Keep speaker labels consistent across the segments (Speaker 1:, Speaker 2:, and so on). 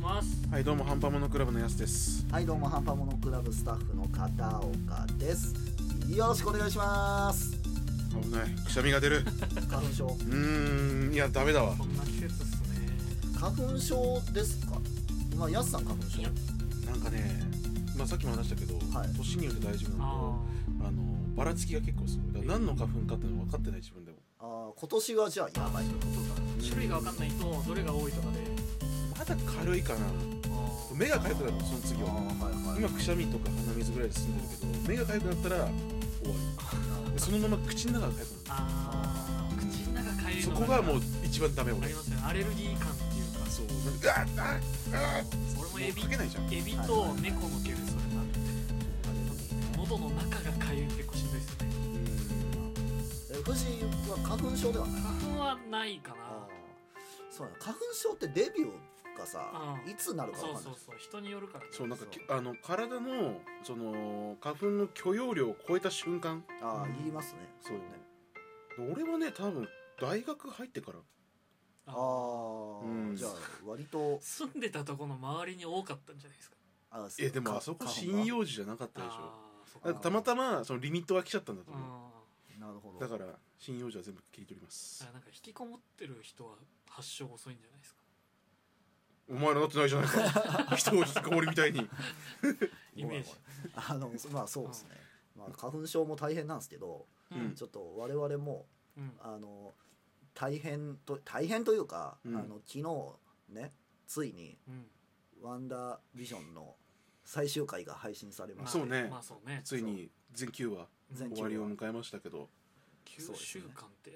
Speaker 1: ます
Speaker 2: はいどうもハンパモノクラブのやすです
Speaker 1: はいどうもハンパモノクラブスタッフの片岡ですよろしくお願いします
Speaker 2: 危ないくしゃみが出る
Speaker 1: 花粉症
Speaker 2: うーんいやダメだわ
Speaker 3: こんな季節っすね
Speaker 1: 花粉症ですかまあやすさん花粉症
Speaker 3: いや
Speaker 2: なんかねまあさっきも話したけど、
Speaker 1: はい
Speaker 2: 年によって大事な
Speaker 3: あ
Speaker 2: のとあのばらつきが結構すごいだから何の花粉かっていうの分かってない自分でも
Speaker 1: あー今年はじゃあやばい
Speaker 3: あそうか種類が分かんないとどれが多いとかで
Speaker 2: まだ軽いかな目が痒くなるのその次
Speaker 1: あ
Speaker 2: は
Speaker 1: ーはいは
Speaker 2: 今くしゃみとか鼻水ぐらいで済んでるけど目が痒くなったら終わりでそのまま口の中が痒くな
Speaker 3: あー口の中かゆ
Speaker 2: る
Speaker 3: い
Speaker 2: そ
Speaker 3: の
Speaker 2: こがもう一番ダメ
Speaker 3: あ
Speaker 2: 俺
Speaker 3: りますよねアレルギー感っていうか
Speaker 2: そうなんかうわっあっあっ
Speaker 3: 俺も
Speaker 2: も
Speaker 3: エ
Speaker 2: うかけ
Speaker 3: ビ
Speaker 2: ないじゃん
Speaker 3: エビと猫の毛でそれなって喉の中がかゆいって結構しんどいっすね
Speaker 2: うん
Speaker 1: え藤井は花粉症ではない
Speaker 3: 花粉はないかな
Speaker 1: あーそうなの花粉症ってデビューがさ
Speaker 3: うん
Speaker 1: いつなるか
Speaker 3: そ
Speaker 1: わ
Speaker 3: う
Speaker 1: かんな
Speaker 3: そ
Speaker 1: いう
Speaker 3: そう人によるからね
Speaker 2: そうなんかけあの体のその花粉の許容量を超えた瞬間
Speaker 1: ああ言いますね
Speaker 2: そう
Speaker 1: ね
Speaker 2: で俺はね多分大学入ってから
Speaker 1: あ
Speaker 3: あ
Speaker 1: あ、
Speaker 2: うん
Speaker 1: じゃあ割と
Speaker 3: 住んでたとこの周りに多かったんじゃないですか
Speaker 1: あ
Speaker 2: えでもあそこ信用時じゃなかったでしょ
Speaker 3: あーそっ
Speaker 2: だ
Speaker 3: か
Speaker 2: ってたまたまそのリミットが来ちゃったんだと
Speaker 3: うん
Speaker 2: 思
Speaker 1: なるほど
Speaker 2: うだから信用時は全部切り取ります
Speaker 3: あなんか引きこもってる人は発症遅いんじゃないですか
Speaker 2: お前らなってないじゃないか人を引きこもりみたいに
Speaker 3: イメージ
Speaker 1: あのそまあそうですね、まあ、花粉症も大変なんですけど
Speaker 2: ん
Speaker 1: ちょっと我々も
Speaker 3: うん
Speaker 1: あの大変と大変というか、
Speaker 2: うん
Speaker 1: あの昨日ねついに
Speaker 3: うん
Speaker 1: 「ワンダービジョン」の最終回が配信されま
Speaker 3: まあ
Speaker 1: した、
Speaker 2: そうね
Speaker 3: まあそうね
Speaker 2: ついに全9話
Speaker 1: 全
Speaker 2: 終わりを迎えましたけど
Speaker 3: 9
Speaker 1: そうです
Speaker 3: 週
Speaker 1: ね
Speaker 3: 間って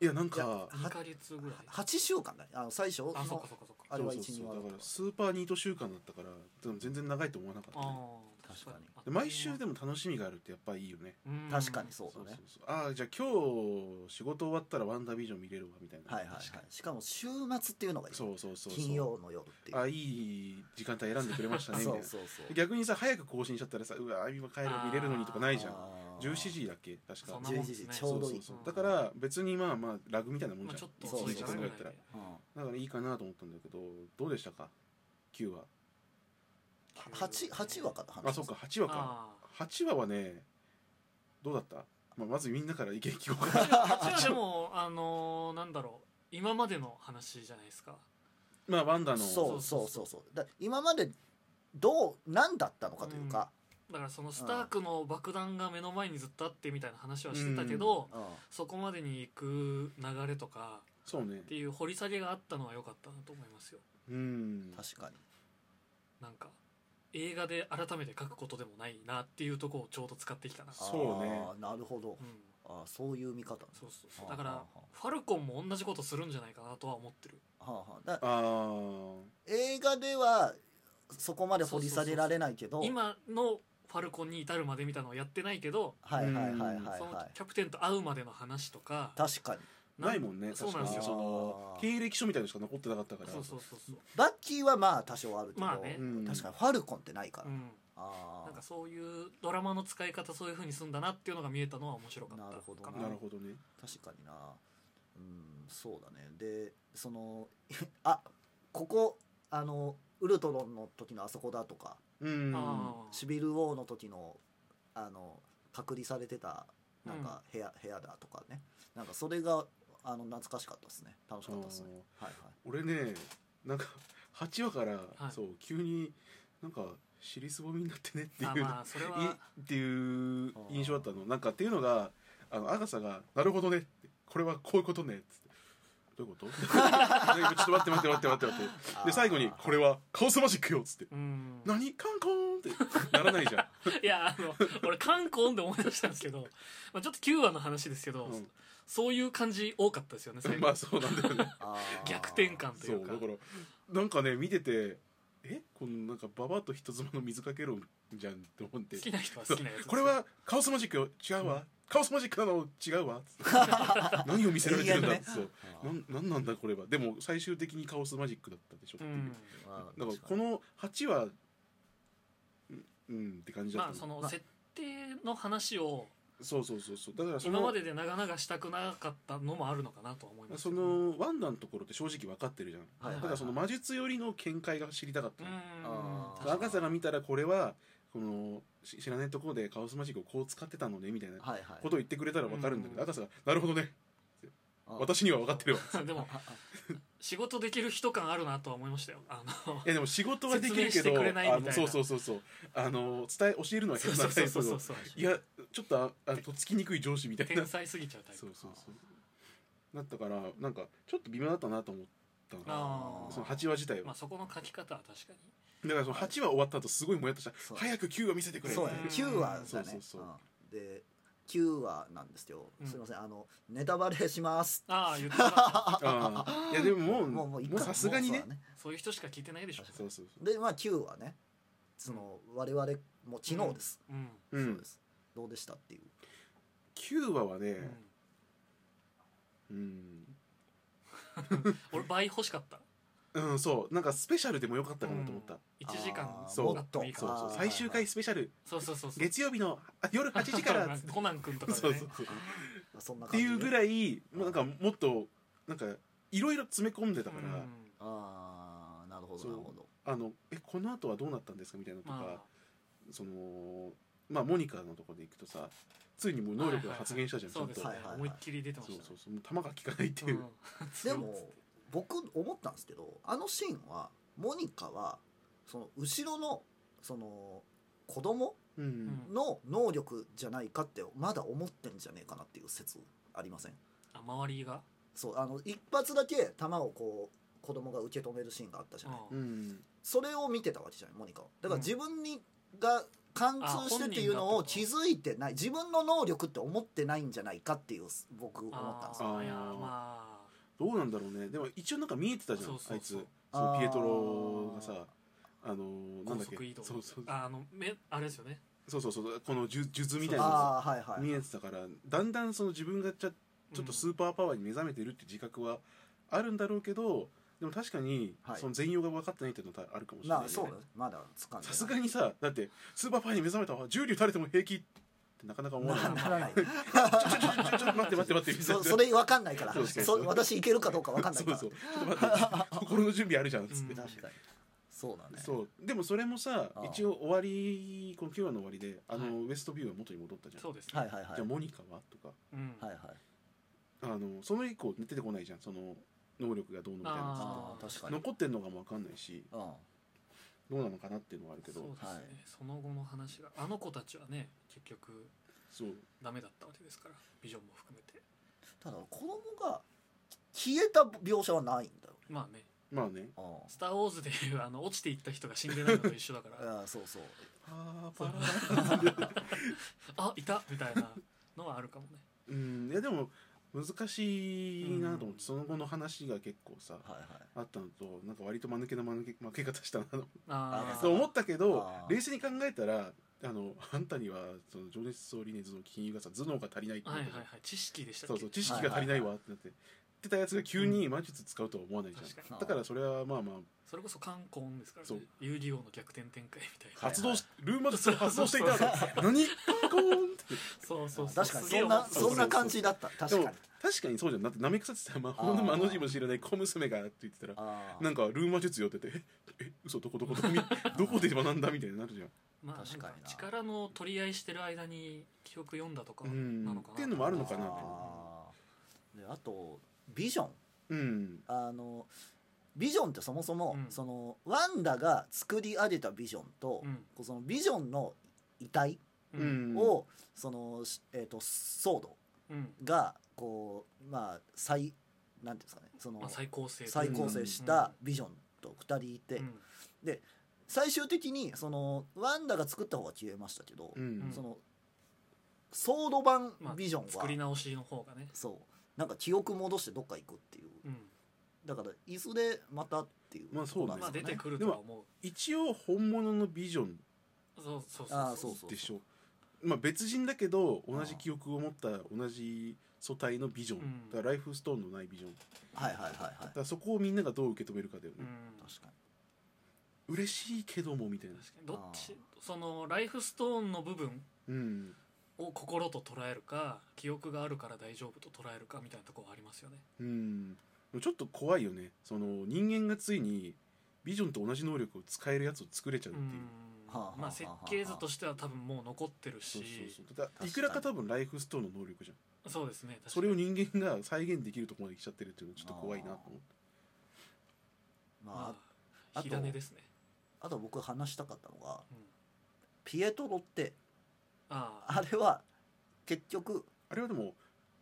Speaker 2: いやなん
Speaker 1: いや
Speaker 2: か
Speaker 3: 2ヶ月ぐらい
Speaker 1: 8週間だねあの最初の
Speaker 3: あそっかそっかそっか
Speaker 1: あれは
Speaker 2: そうそう
Speaker 1: 一
Speaker 2: そう
Speaker 1: 二話
Speaker 2: だ
Speaker 1: だ
Speaker 2: か
Speaker 1: から
Speaker 2: スーパーニート週間だったからでも全然長いと思わなかった、ね、
Speaker 3: ああ
Speaker 1: 確かに
Speaker 2: で毎週でも楽しみがあるってやっぱいいよね
Speaker 1: 確かにそうだね
Speaker 2: そうああじゃあ今日仕事終わったら「ワンダービジョン見れるわ」みたいな
Speaker 1: はいはい、はい
Speaker 3: 確か、
Speaker 1: しかも週末っていうのがいい
Speaker 2: そうそうそうそう
Speaker 1: 金曜の夜っていう
Speaker 2: あいい時間帯選んでくれましたねみたい
Speaker 1: そ
Speaker 2: な
Speaker 1: うそうそう
Speaker 2: 逆にさ早く更新しちゃったらさ「うわ今帰る見れるのに」とかないじゃん
Speaker 1: あー
Speaker 2: 17時だっけ確
Speaker 3: そ
Speaker 2: か
Speaker 3: んなもん
Speaker 1: 11
Speaker 3: です
Speaker 1: 時
Speaker 3: ね
Speaker 1: ちょう
Speaker 2: そ
Speaker 1: どいい
Speaker 2: うそうそうだから別にまあまあラグみたいなもん
Speaker 3: ま
Speaker 2: じ
Speaker 3: あちょ
Speaker 2: ゃん、
Speaker 3: っと遅いじゃ
Speaker 1: そうそうそう
Speaker 3: ない
Speaker 2: だから
Speaker 1: うん
Speaker 2: だからいいかなと思ったんだけどどうでしたか9話
Speaker 1: 八八話から話します
Speaker 2: あそっか8話か
Speaker 3: あ
Speaker 2: 8話はねどうだった、まあ、まずみんなから意見聞こう
Speaker 3: あ
Speaker 2: か
Speaker 3: 8話でもあのーなんだろう今までの話じゃないですか
Speaker 2: まあワンダの
Speaker 1: そうそうそうそうだ今までどう何だったのかというか、
Speaker 3: だからそのスタークの爆弾が目の前にずっとあってみたいな話はしてたけど
Speaker 1: うん
Speaker 3: そこまでに行く流れとか
Speaker 2: そうね
Speaker 3: っていう掘り下げがあったのは良かったなと思いますよ
Speaker 2: うん
Speaker 1: 確かに
Speaker 3: なんか映画で改めて書くことでもないなっていうとこをちょうど使ってきたな
Speaker 2: そうね
Speaker 1: あーなるほど
Speaker 3: うん
Speaker 1: あーそういう見方ね
Speaker 3: そうそう
Speaker 1: はあ
Speaker 3: だか
Speaker 1: はあは
Speaker 3: ら
Speaker 1: あ
Speaker 3: ファルコンも同じことするんじゃないかなとは思ってる
Speaker 1: はあはあだ
Speaker 2: ああ
Speaker 1: 映画ではそこまで掘り下げられないけど
Speaker 3: 今のファルコンに至るまでみたいなのをやってないけど
Speaker 1: はいはいはいはい
Speaker 3: その
Speaker 1: はい
Speaker 3: キャプテンと会うまでの話とか
Speaker 1: 確かに
Speaker 2: ないもんね
Speaker 3: そう
Speaker 2: 確
Speaker 3: な
Speaker 2: か
Speaker 3: ん
Speaker 2: に
Speaker 3: ですよ
Speaker 2: その
Speaker 1: あー
Speaker 2: 経歴書みたいのしか残ってなかったから
Speaker 3: そうそうそうそう
Speaker 1: バッキーはまあ多少あるけど、
Speaker 3: まあね
Speaker 2: うん
Speaker 1: 確かにファルコンってないから、
Speaker 3: うん
Speaker 1: あ
Speaker 3: なんか
Speaker 1: あ
Speaker 3: そういうドラマの使い方そういう風にすんだなっていうのが見えたのは面白かった
Speaker 1: なるほど
Speaker 3: か
Speaker 1: う
Speaker 2: なるほどね
Speaker 1: 確かになうんそうだねでその あここあのウルトロンの時のあそこだとか
Speaker 2: うん
Speaker 3: あ
Speaker 1: シビル王の時のあの隔離されてたなんか部屋,、部屋だとかねなんかそれがあの懐かしかったですね楽しかったですねはいはい
Speaker 2: 俺ねなんか8話から、
Speaker 3: はい
Speaker 2: そう急になんか尻すぼみになってねって
Speaker 3: あ
Speaker 2: いう、
Speaker 3: まあそれはい
Speaker 2: っていう印象だったのなんかっていうのがあのアガサが「なるほどね」ってこれはこういうことね」っつって。どういうこと ちょっと待って待って待って待って待って
Speaker 1: あー
Speaker 2: で最後に「これはカオスマジックよ」っつって
Speaker 3: うん
Speaker 2: 「何カンコーン!」ってならないじゃん
Speaker 3: いやあの俺観光で思い出したんですけど、まあ、ちょっと9話の話ですけど、
Speaker 2: うん
Speaker 3: そういう感じ多かったですよね最後
Speaker 2: まあそうなんだよね
Speaker 1: あー
Speaker 3: 逆転感とい
Speaker 2: そうう
Speaker 3: か
Speaker 2: だからなんかね見ててえこのなんかババアと人妻の水かけ論じゃんって 思って
Speaker 3: 好きな人は好きなやつです
Speaker 2: これはカオスマジックよ違うわ、カオスマジックなの違 うわ何を見せられてるんだ、
Speaker 1: 永遠ね
Speaker 2: そう
Speaker 1: あー
Speaker 2: なんなんなんだこれはでも最終的にカオスマジックだったでしょって
Speaker 3: う
Speaker 2: いう、
Speaker 3: ん
Speaker 1: あー
Speaker 2: だからこの8はうんうんって感じだった
Speaker 3: まあそ
Speaker 2: の
Speaker 3: の
Speaker 1: まあ
Speaker 3: 設定の話を
Speaker 2: そうそうそうそうだからその
Speaker 3: 今までで長々したくなかったのもあるのかなとは思います
Speaker 2: そ
Speaker 3: けど
Speaker 2: のワンダのところって正直分かってるじゃん、
Speaker 1: はいはい
Speaker 2: ただその魔術よりの見解が知りたかっ
Speaker 3: う
Speaker 2: た
Speaker 3: ん
Speaker 2: の、
Speaker 1: あー
Speaker 3: 確かに
Speaker 2: 赤さが見たらこれはこのし知らないところでカオスマジックをこう使ってたのねみたいな
Speaker 1: はいはい
Speaker 2: ことを言ってくれたら分かるんだけど、
Speaker 3: うん
Speaker 2: 赤さが「なるほどね
Speaker 1: あ
Speaker 2: 私には分か ってるわ」
Speaker 3: でも仕事できる人感あるなとは思いましたよあ の
Speaker 2: いやでも仕事はできるけ
Speaker 3: 説明して
Speaker 2: ど
Speaker 3: くれないみた
Speaker 2: あ
Speaker 3: いな
Speaker 2: のそうそうそうそうあの伝え教えるのは
Speaker 3: そ
Speaker 2: 下
Speaker 3: う
Speaker 2: 手
Speaker 3: そ
Speaker 2: な
Speaker 3: う
Speaker 2: タ
Speaker 3: そ
Speaker 2: イ
Speaker 3: うそう
Speaker 2: プの
Speaker 3: そう
Speaker 2: いやちょっとああとっつきにくい上司みたいな
Speaker 3: 天才すぎちゃうタイ
Speaker 2: そ
Speaker 3: プ
Speaker 2: うそうそうだったからなんかちょっと微妙だったなと思ったの
Speaker 3: あー
Speaker 2: その8話自体は
Speaker 3: まあそこの書き方は確かに
Speaker 2: だからその8話終わった後すごいもやっとした
Speaker 1: そう
Speaker 2: 早く9話見せてくれ
Speaker 1: そうやね
Speaker 3: うん
Speaker 1: 9話だね
Speaker 2: そうそうそう
Speaker 1: うんで9話なんですよ、
Speaker 3: うん
Speaker 1: すいませんあのネタバレします
Speaker 3: ああ言ってた
Speaker 2: あーいやでももう
Speaker 1: も
Speaker 2: も
Speaker 1: う
Speaker 2: う
Speaker 1: もういいか
Speaker 2: さすがにね
Speaker 1: もうそうだ
Speaker 3: そういう人しか聞いてないでしょ
Speaker 2: そうそうそ
Speaker 1: でまあ9話ねその我々もう昨日です、
Speaker 3: うん
Speaker 2: うう
Speaker 1: そうんですどうでしたっていう
Speaker 2: 9話は
Speaker 3: う
Speaker 2: ね
Speaker 3: ん
Speaker 2: うん、
Speaker 3: 俺倍欲しかった
Speaker 2: うん、そうなんかスペシャルでもよかったかなと思った、
Speaker 3: 1時間
Speaker 1: あー
Speaker 2: そう
Speaker 3: あってもいいか
Speaker 2: そう
Speaker 3: な
Speaker 2: そ
Speaker 1: あ
Speaker 2: う
Speaker 1: ー
Speaker 2: 最終回スペシャル
Speaker 3: そうそうそう そう
Speaker 2: 月曜日のあ夜8時 から っつって
Speaker 3: コナン君とか
Speaker 2: そう
Speaker 3: で
Speaker 2: そ
Speaker 3: ね
Speaker 2: うそう
Speaker 1: まあそんな
Speaker 2: って
Speaker 1: 感じ
Speaker 2: いうぐ
Speaker 1: い
Speaker 2: らいまあなんかもっとなんかいろいろ詰め込んでたから、
Speaker 3: うん
Speaker 1: ああなるほど
Speaker 2: そう
Speaker 1: なるほど
Speaker 2: あのえこの後はどうなったんですかみたいなとか、
Speaker 3: ま
Speaker 2: そのまあモニカのところでいくとさついにもう
Speaker 3: あ
Speaker 2: 能力が発現したじゃん、
Speaker 3: はいはい
Speaker 2: ち
Speaker 3: そ
Speaker 2: ゃんと、
Speaker 3: う
Speaker 1: はい
Speaker 3: ですね
Speaker 1: はいはい
Speaker 3: 思いっきり出てま
Speaker 2: そ
Speaker 3: し
Speaker 2: う
Speaker 3: たね
Speaker 2: そうそうもう弾が効かないっていう、
Speaker 3: うん
Speaker 1: でも僕思ったんですけどあのシーンはモニカはその後ろのその子供
Speaker 2: うん
Speaker 1: の能力じゃないかってまだ思ってんじゃねえかなっていう説ありません
Speaker 3: あ周りが
Speaker 1: そうあの一発だけ弾をこう子供が受け止めるシーンがあったじゃない、
Speaker 2: うんうん
Speaker 1: それを見てたわけじゃないモニカはだから
Speaker 3: うん
Speaker 1: 自分に、が貫通してっていうの
Speaker 3: あ
Speaker 1: を
Speaker 3: 本
Speaker 1: 気
Speaker 3: 人が
Speaker 1: づいてない自分の能力って思ってないんじゃないかっていう僕思ったんですよ
Speaker 3: あ
Speaker 2: あ
Speaker 3: ー
Speaker 2: ー
Speaker 3: いやま
Speaker 2: どうなんだろうねでも一応なんか見えてたじゃん
Speaker 3: そうそうそう
Speaker 2: あいつそのピエトロが
Speaker 1: あ
Speaker 2: さあのー、
Speaker 3: あ
Speaker 2: な
Speaker 3: 高
Speaker 2: んだっけ
Speaker 3: 速移動
Speaker 2: そうそう
Speaker 3: ああのめあれですよね
Speaker 2: そうそうそうこの数術みたいなのが
Speaker 1: ああはいはい
Speaker 2: 見えてたからだんだんその自分がちゃちょっとスーパーパワーに目覚めてるって自覚はあるんだろうけどでも確かに
Speaker 1: はい
Speaker 2: その全容が分かってないっていうのはあるかもしれない
Speaker 1: な
Speaker 2: ね、
Speaker 1: そうだねまだつかんでな
Speaker 2: さ
Speaker 1: い
Speaker 2: すがにさだってスーパーパワーに目覚めたわ重力垂れても平気ってなかなか思わない
Speaker 1: なならない
Speaker 2: ちょちょちょちょちょっと待って待って待ってみたい
Speaker 1: そ
Speaker 2: な
Speaker 1: それ分かんないから
Speaker 2: そうそう
Speaker 1: そ私いけるかどうか分かんないから
Speaker 2: そうそうちょっと待って心の準備あるじゃんっつって、
Speaker 3: うん
Speaker 1: 確かにそうだね
Speaker 2: そうでもそれもさ
Speaker 1: ああ
Speaker 2: 一応終わりこの9話の終わりであの、
Speaker 3: はい
Speaker 2: ウエストビューは元に戻ったじゃん、
Speaker 3: そうですね
Speaker 1: はいはいはい
Speaker 2: じゃあモニカはとか
Speaker 3: うん
Speaker 1: はいはい
Speaker 2: あのその以降出てこないじゃんその能力がどうのみたいなやつって
Speaker 3: あ
Speaker 1: ああ確かに
Speaker 2: 残ってんのかも分かんないし
Speaker 1: うん
Speaker 2: どうなのかなっていうのはあるけど
Speaker 3: そうですね、
Speaker 1: はい
Speaker 3: その後の話があの子たちはね結局
Speaker 2: そう
Speaker 3: ダメだったわけですからビジョンも含めて
Speaker 1: ただ子供が消えた描写はないんだよ
Speaker 3: まあね
Speaker 2: まあね
Speaker 1: あ
Speaker 3: 「スター・ウォーズ」でいうあの落ちていった人が死んでないのと一緒だ から
Speaker 1: あそうそう
Speaker 2: あ
Speaker 3: パラあいたみたいなのはあるかもね
Speaker 2: うんいやでも難しいなと思って、
Speaker 3: うん
Speaker 2: その後の話が結構さ
Speaker 1: はいはい
Speaker 2: あったのとなんか割と間抜けな間抜け負け方したなと
Speaker 3: あ
Speaker 1: あ
Speaker 3: あ
Speaker 2: そう思ったけど
Speaker 1: あー
Speaker 2: 冷静に考えたらあのあんたにはその情熱総理熱の金融がさ頭脳が足りないって
Speaker 3: はい
Speaker 2: 言
Speaker 3: はい
Speaker 2: ってたじゃん
Speaker 3: はい知識でしたっ
Speaker 2: そう
Speaker 3: け
Speaker 2: そう知識が足りないわってなって、ってたやつが急に魔術使うとは思わないじゃん、
Speaker 3: 確かに
Speaker 1: に
Speaker 2: だからそれはまあまあ
Speaker 3: それこそ冠婚ですから
Speaker 2: そ
Speaker 3: ね
Speaker 2: う
Speaker 3: 遊戯王の逆転展開みたいな
Speaker 1: はい
Speaker 2: 発動し、ルーマ術が発動していた
Speaker 3: そう
Speaker 2: 何コーンって
Speaker 3: そうそうそう
Speaker 1: 確かに
Speaker 3: すげえ
Speaker 1: そんな
Speaker 3: 面白い
Speaker 1: そんな感じだった
Speaker 2: で
Speaker 1: 確
Speaker 2: も
Speaker 1: かに
Speaker 2: 確かにそうじゃんだってなめくさってた魔法の魔の字も知らない小娘がって言ってたら
Speaker 1: ああ
Speaker 2: なんかルーマ術よっててええ嘘どこどこどこみどこで学んだみたいになるじゃん
Speaker 3: まあ
Speaker 1: 確かにな
Speaker 3: なんか力の取り合いしてる間に記憶読んだとか
Speaker 2: う
Speaker 3: なの
Speaker 2: ん
Speaker 3: かな
Speaker 2: っていうのもあるのかな
Speaker 1: あーであとビジョン
Speaker 2: うん
Speaker 1: あのビジョンってそもそも、
Speaker 3: うん
Speaker 1: そのワンダが作り上げたビジョンと、
Speaker 3: うん
Speaker 1: こうそのビジョンの遺体
Speaker 2: う、ん
Speaker 1: を、その、しえー、とソード
Speaker 3: うん
Speaker 1: がこうまあ再なんていうんですかねその、
Speaker 3: まあ、再構成と
Speaker 1: 再構成したビジョンと2人いて、
Speaker 3: うん
Speaker 1: 最終的にそのワンダが作った方が消えましたけど、
Speaker 2: うん
Speaker 1: そのソード版
Speaker 3: まあ
Speaker 1: ビジョンは、
Speaker 3: 作り直しの方がね、
Speaker 1: そうなんか記憶戻してどっか行くっていう
Speaker 3: うん
Speaker 1: だからいずれまたっていう
Speaker 2: まあそうね
Speaker 1: とこ
Speaker 3: ま
Speaker 1: な
Speaker 3: あ
Speaker 1: んで
Speaker 3: 出
Speaker 1: す
Speaker 3: て
Speaker 1: よ
Speaker 3: くるとは思
Speaker 2: 一応本物のビジョン
Speaker 3: うそうそう
Speaker 1: あ
Speaker 3: そう
Speaker 1: ーそうそう
Speaker 2: でしょまあ別人だけど同じ記憶を持った同じ素体のビジョン、
Speaker 3: うん
Speaker 2: だからライフストーンのないビジョンだ
Speaker 1: はいはいはいはい
Speaker 2: からそこをみんながどう受け止めるかだよ
Speaker 3: う
Speaker 2: ね、
Speaker 3: ん
Speaker 1: 確かに
Speaker 2: 嬉しいけどもみたいな
Speaker 3: 確かにどっちそのライフストーンの部分
Speaker 2: うん
Speaker 3: を心と捉えるか記憶があるから大丈夫と捉えるかみたいなところはありますよね
Speaker 2: うんでもちょっと怖いよねその人間がついにビジョンと同じ能力を使えるやつを作れちゃうっていう、
Speaker 3: うん
Speaker 1: はあはあはあ
Speaker 3: まあ設計図としては多分もう残ってる
Speaker 2: そう
Speaker 3: し
Speaker 2: そうそうだからいくらか多分ライフストーンの能力じゃん
Speaker 3: そうですね確かに
Speaker 2: それを人間が再現できるところまで来ちゃってるっていうのはちょっと怖いなと思って
Speaker 1: ま
Speaker 3: ま
Speaker 1: あ
Speaker 3: あ
Speaker 1: あと
Speaker 3: 火種ですね
Speaker 1: あ、あと僕話したかったのが
Speaker 3: うん
Speaker 1: ピエトロって
Speaker 3: ああ
Speaker 1: あれは結局
Speaker 2: あれはでも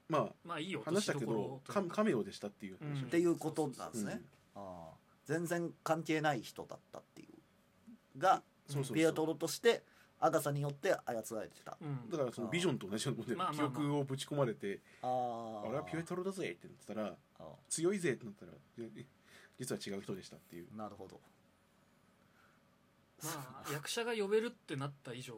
Speaker 2: ま
Speaker 3: まあいい
Speaker 2: あ
Speaker 3: 落と
Speaker 2: 話
Speaker 3: し
Speaker 2: した
Speaker 3: ど
Speaker 2: け
Speaker 3: ころ
Speaker 2: ど
Speaker 3: と
Speaker 2: カ
Speaker 3: いうか
Speaker 2: カメオでしたっていう話、
Speaker 1: っていうことなんですね、
Speaker 2: うん
Speaker 1: ああ全然関係ない人だったっていうが
Speaker 2: そうそうそう
Speaker 1: ピエトロとしてアガサによって操られてた
Speaker 3: うん
Speaker 2: だからそのビジョンと同じようなもんで
Speaker 3: まあ
Speaker 2: 記
Speaker 3: まあまあ
Speaker 2: 憶をぶち込まれて「
Speaker 1: ああ
Speaker 2: 俺はピュエトロだぜ」ってなってたら
Speaker 1: あ
Speaker 2: 「強いぜ」ってなったらいやい実は違う人でしたっていう
Speaker 1: あなるほど
Speaker 3: まあ役者が呼べるってなった以上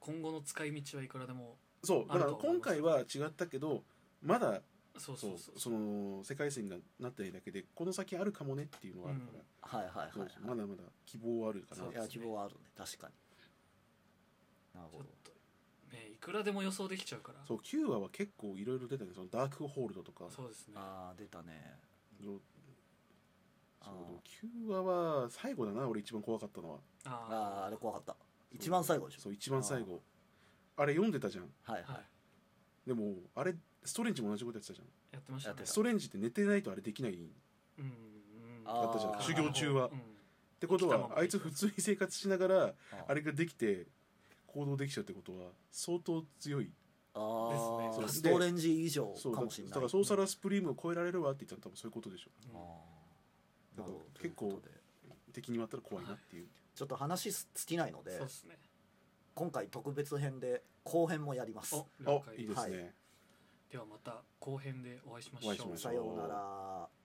Speaker 3: 今後の使い道はいくらでも
Speaker 2: そうだ
Speaker 3: あ
Speaker 2: か
Speaker 3: る
Speaker 2: ら
Speaker 3: と思い
Speaker 2: 今
Speaker 3: ます
Speaker 2: 回は違ったけどまだ
Speaker 3: そう
Speaker 2: そ
Speaker 3: そううそう
Speaker 2: その世界線がなってないだけでこの先あるかもねっていうのはあるか
Speaker 3: う
Speaker 2: ら、
Speaker 3: ん
Speaker 1: はいはいはい、
Speaker 2: そう
Speaker 1: はい
Speaker 2: そうまだまだ希望はあるか
Speaker 3: そ
Speaker 2: ら
Speaker 3: う
Speaker 1: い
Speaker 3: です
Speaker 1: や
Speaker 3: ね
Speaker 1: 希望はあるね確かになる
Speaker 3: ち
Speaker 1: ほ
Speaker 3: ょっ
Speaker 1: ど
Speaker 3: とねいくらでも予想できちゃうから
Speaker 2: そう9話は結構いろいろ出たねそのダークホールドとか
Speaker 3: そうですね
Speaker 1: ああ出たね
Speaker 2: そう
Speaker 1: あー
Speaker 2: 9話は最後だな俺一番怖かったのは
Speaker 1: あああ
Speaker 3: あ
Speaker 1: れ怖かった一番最後でしょ
Speaker 2: そう一番最後あれ読んでたじゃん
Speaker 1: はい
Speaker 3: あ
Speaker 1: は
Speaker 3: はいい
Speaker 2: でもあれストレンジも同じことやってたじゃん
Speaker 3: やってました
Speaker 1: やって
Speaker 3: ね
Speaker 1: た
Speaker 2: ストレンジって寝てないとあれできないっ
Speaker 3: うんうん
Speaker 1: あ
Speaker 2: だったじゃん修行中は
Speaker 3: うん
Speaker 2: てこと
Speaker 3: 生きたま
Speaker 2: は
Speaker 3: ま
Speaker 2: あいつ普通に生活しながら
Speaker 1: あ
Speaker 2: あれができて行動できちゃうってことは相当強い
Speaker 1: あー
Speaker 3: ですね
Speaker 1: ストレンジ以上
Speaker 2: そう
Speaker 1: か
Speaker 2: だ
Speaker 1: もしれない
Speaker 2: だからソーサラースプリームを超えられるわって言ったら多分そういうことでしょ
Speaker 1: あー
Speaker 2: だから
Speaker 1: なるほど
Speaker 2: 結構
Speaker 1: ということで
Speaker 2: 敵に割ったら怖いなっていう
Speaker 1: ちょっと話す尽きないので
Speaker 3: そうですね
Speaker 1: 今回特別編で後編もやります
Speaker 3: お了
Speaker 2: あ
Speaker 3: 解
Speaker 2: いい
Speaker 3: で
Speaker 2: ですね、
Speaker 1: は
Speaker 3: はまた後編でお会いしまし
Speaker 2: お
Speaker 3: ょ
Speaker 2: 会いしま
Speaker 3: う
Speaker 2: しょ
Speaker 1: さようなら